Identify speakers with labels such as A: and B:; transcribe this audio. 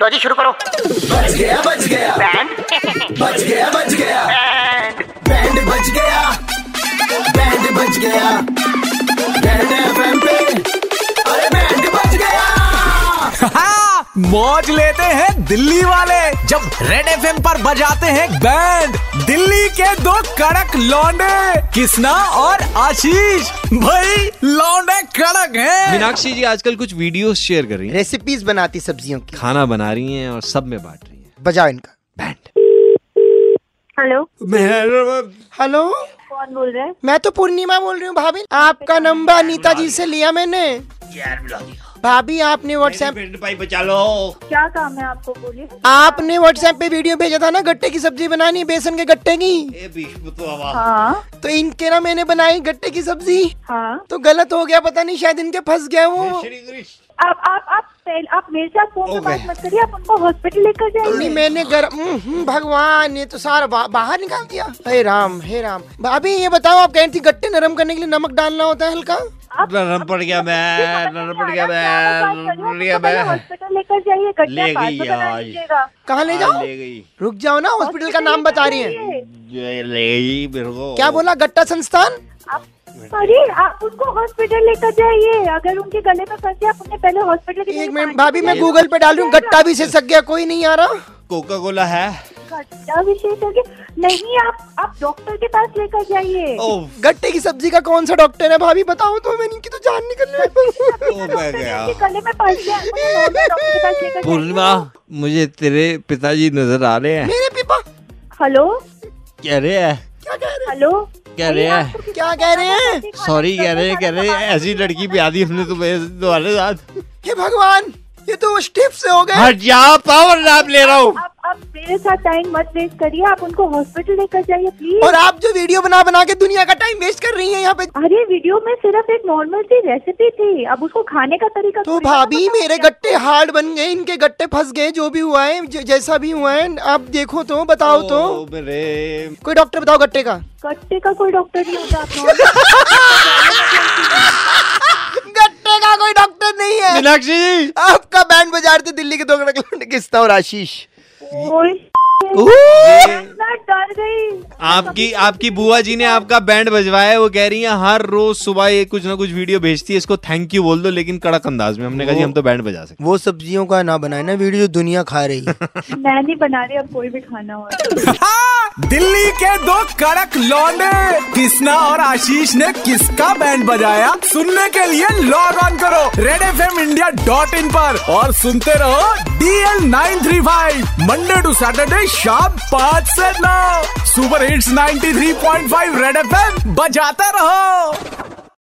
A: लो जी शुरू करो
B: बच गया बच गया
A: बैंड
B: बच गया बच गया
A: बैंड
B: बैंड बच गया बैंड बच गया बैंड एफएम पे अरे बैंड बच गया
C: हाँ, मौज लेते हैं दिल्ली वाले जब रेड एफ पर बजाते हैं बैंड दिल्ली के दो कड़क लौंडे कृष्णा और आशीष भाई लौंडे कड़क हैं
D: मीनाक्षी जी आजकल कुछ वीडियोस शेयर कर रही हैं
E: रेसिपीज बनाती सब्जियों की
D: खाना बना रही हैं और सब में बांट रही हैं
E: बजाओ इनका
D: बैंड
F: हेलो
D: मेहर
E: हेलो
F: कौन बोल रहा है
E: मैं तो पूर्णिमा बोल रही हूँ भाभी आपका नंबर अनीता जी से लिया मैंने भाभी आपने व्हाट्सएप
F: क्या काम है आपको बोलिए
E: हाँ। आपने व्हाट्सएप पे वीडियो भेजा था ना गट्टे की सब्जी बनानी है, बेसन के गट्टे की
F: हाँ
E: तो इनके ना मैंने बनाई गट्टे की सब्जी
F: हाँ
E: तो गलत हो गया पता नहीं शायद इनके फंस गया वो
F: आप आप आप पहले आप मेरे साथ फोन पे बात मत करिए आप उनको हॉस्पिटल लेकर
E: नहीं
F: जाइए
E: मैंने गर हम्म, हम्म, भगवान ये तो सारा बा, बाहर निकाल दिया हे राम हे राम भाभी ये बताओ आप कह रही थी गट्टे नरम करने के लिए नमक डालना होता है हल्का
F: आप-
D: नरम पड़ गया मैं,
F: आप-
D: नरम पड़ गया मैं,
F: आप बात करिए,
D: नरम पड़ गया
F: आप पहले
D: मैं।
F: हॉस्पिटल लेकर जाइए
D: ले
F: गड्ढा बाद
D: गई
F: में बना
D: आज।
F: लीजिएगा
E: कहाँ ले जाओ रुक जाओ ना हॉस्पिटल का नाम बता रही है क्या बोला गट्टा संस्थान
F: आप अरे आप उनको हॉस्पिटल लेकर जाइए अगर उनके गले में फंसे आप उन्हें पहले हॉस्पिटल के लिए
E: एक मिनट भाभी मैं गूगल पे डाल रही हूँ गट्टा भी से सक गया कोई नहीं आ रहा
D: कोका कोला है
F: गड्ढा विशेषज्ञ नहीं आप आप डॉक्टर के पास लेकर जाइए
D: ओ
E: गट्टे की सब्जी का कौन सा डॉक्टर है भाभी बताओ तो मैं इनकी तो जान निकल रही
F: Oh,
E: है।
D: ओ मैं गया
F: उनके गले में फंस गया उन्हें normal डॉक्टर के पास लेकर
D: पूर्णिमा
F: जाइए।
D: मुझे तेरे पिताजी नजर आ रहे हैं
E: मेरे पिपा
F: हेलो
D: कह रहे हैं
E: क्या कह रहे
F: हेलो
D: कह रहे हैं
E: हैं क्या कह रहे हैं
D: सॉरी कह रहे हैं कह रहे हैं ऐसी लड़की पे आदि हमने तुम्हें तुम्हारे साथ
E: हे भगवान ये तो वो स्टेप से हो गए
D: हट जा पावर नाम ले रहा हूँ
F: आप आप मेरे साथ टाइम मत वेस्ट करिए आप उनको हॉस्पिटल लेकर जाइए प्लीज
E: और आप जो वीडियो बना बना के दुनिया का टाइम वेस्ट कर रही हैं यहाँ पे
F: अरे वीडियो में सिर्फ एक नॉर्मल सी रेसिपी थी अब उसको खाने का तरीका
E: तो
F: थोड़ी ना
E: भाभी
F: पता
E: मेरे
F: होगा।
E: गट्टे हार्ड बन गए इनके गट्टे फंस गए जो भी हुआ है ज- जैसा भी हुआ है आप देखो तो बताओ तो
D: ओ मेरे
E: कोई डॉक्टर बताओ गट्टे का
F: गट्टे का कोई डॉक्टर नहीं होता आप normal-
E: गट्टे का कोई डॉक्टर नहीं है
D: मीनाक्षी जी
E: आपका बैंड बजा रहे थे दिल्ली के दो कड़क लौंडे किस्ता और आशीष
F: ओए,
D: ये-
F: मैं डर गई
D: आपकी आपकी बुआ जी ने आपका बैंड बजवाया है, वो कह रही है हर रोज सुबह ये कुछ ना कुछ वीडियो भेजती है इसको थैंक यू बोल दो लेकिन कड़क अंदाज में हमने कहा जी हम तो बैंड बजा सकते
E: वो सब्जियों का ना बनाए ना वीडियो दुनिया खा रही है
F: मैं नहीं बना रही अब कोई भी खाना हो
C: हाँ। दिल्ली के दो कड़क लौंडे कृष्णा और आशीष ने किसका बैंड बजाया सुनने के लिए लॉग ऑन करो red F M India dot in पर और सुनते रहो DL nine three five Monday to Saturday शाम पाँच से नौ super hits 93.5 three point five red F M बजाते रहो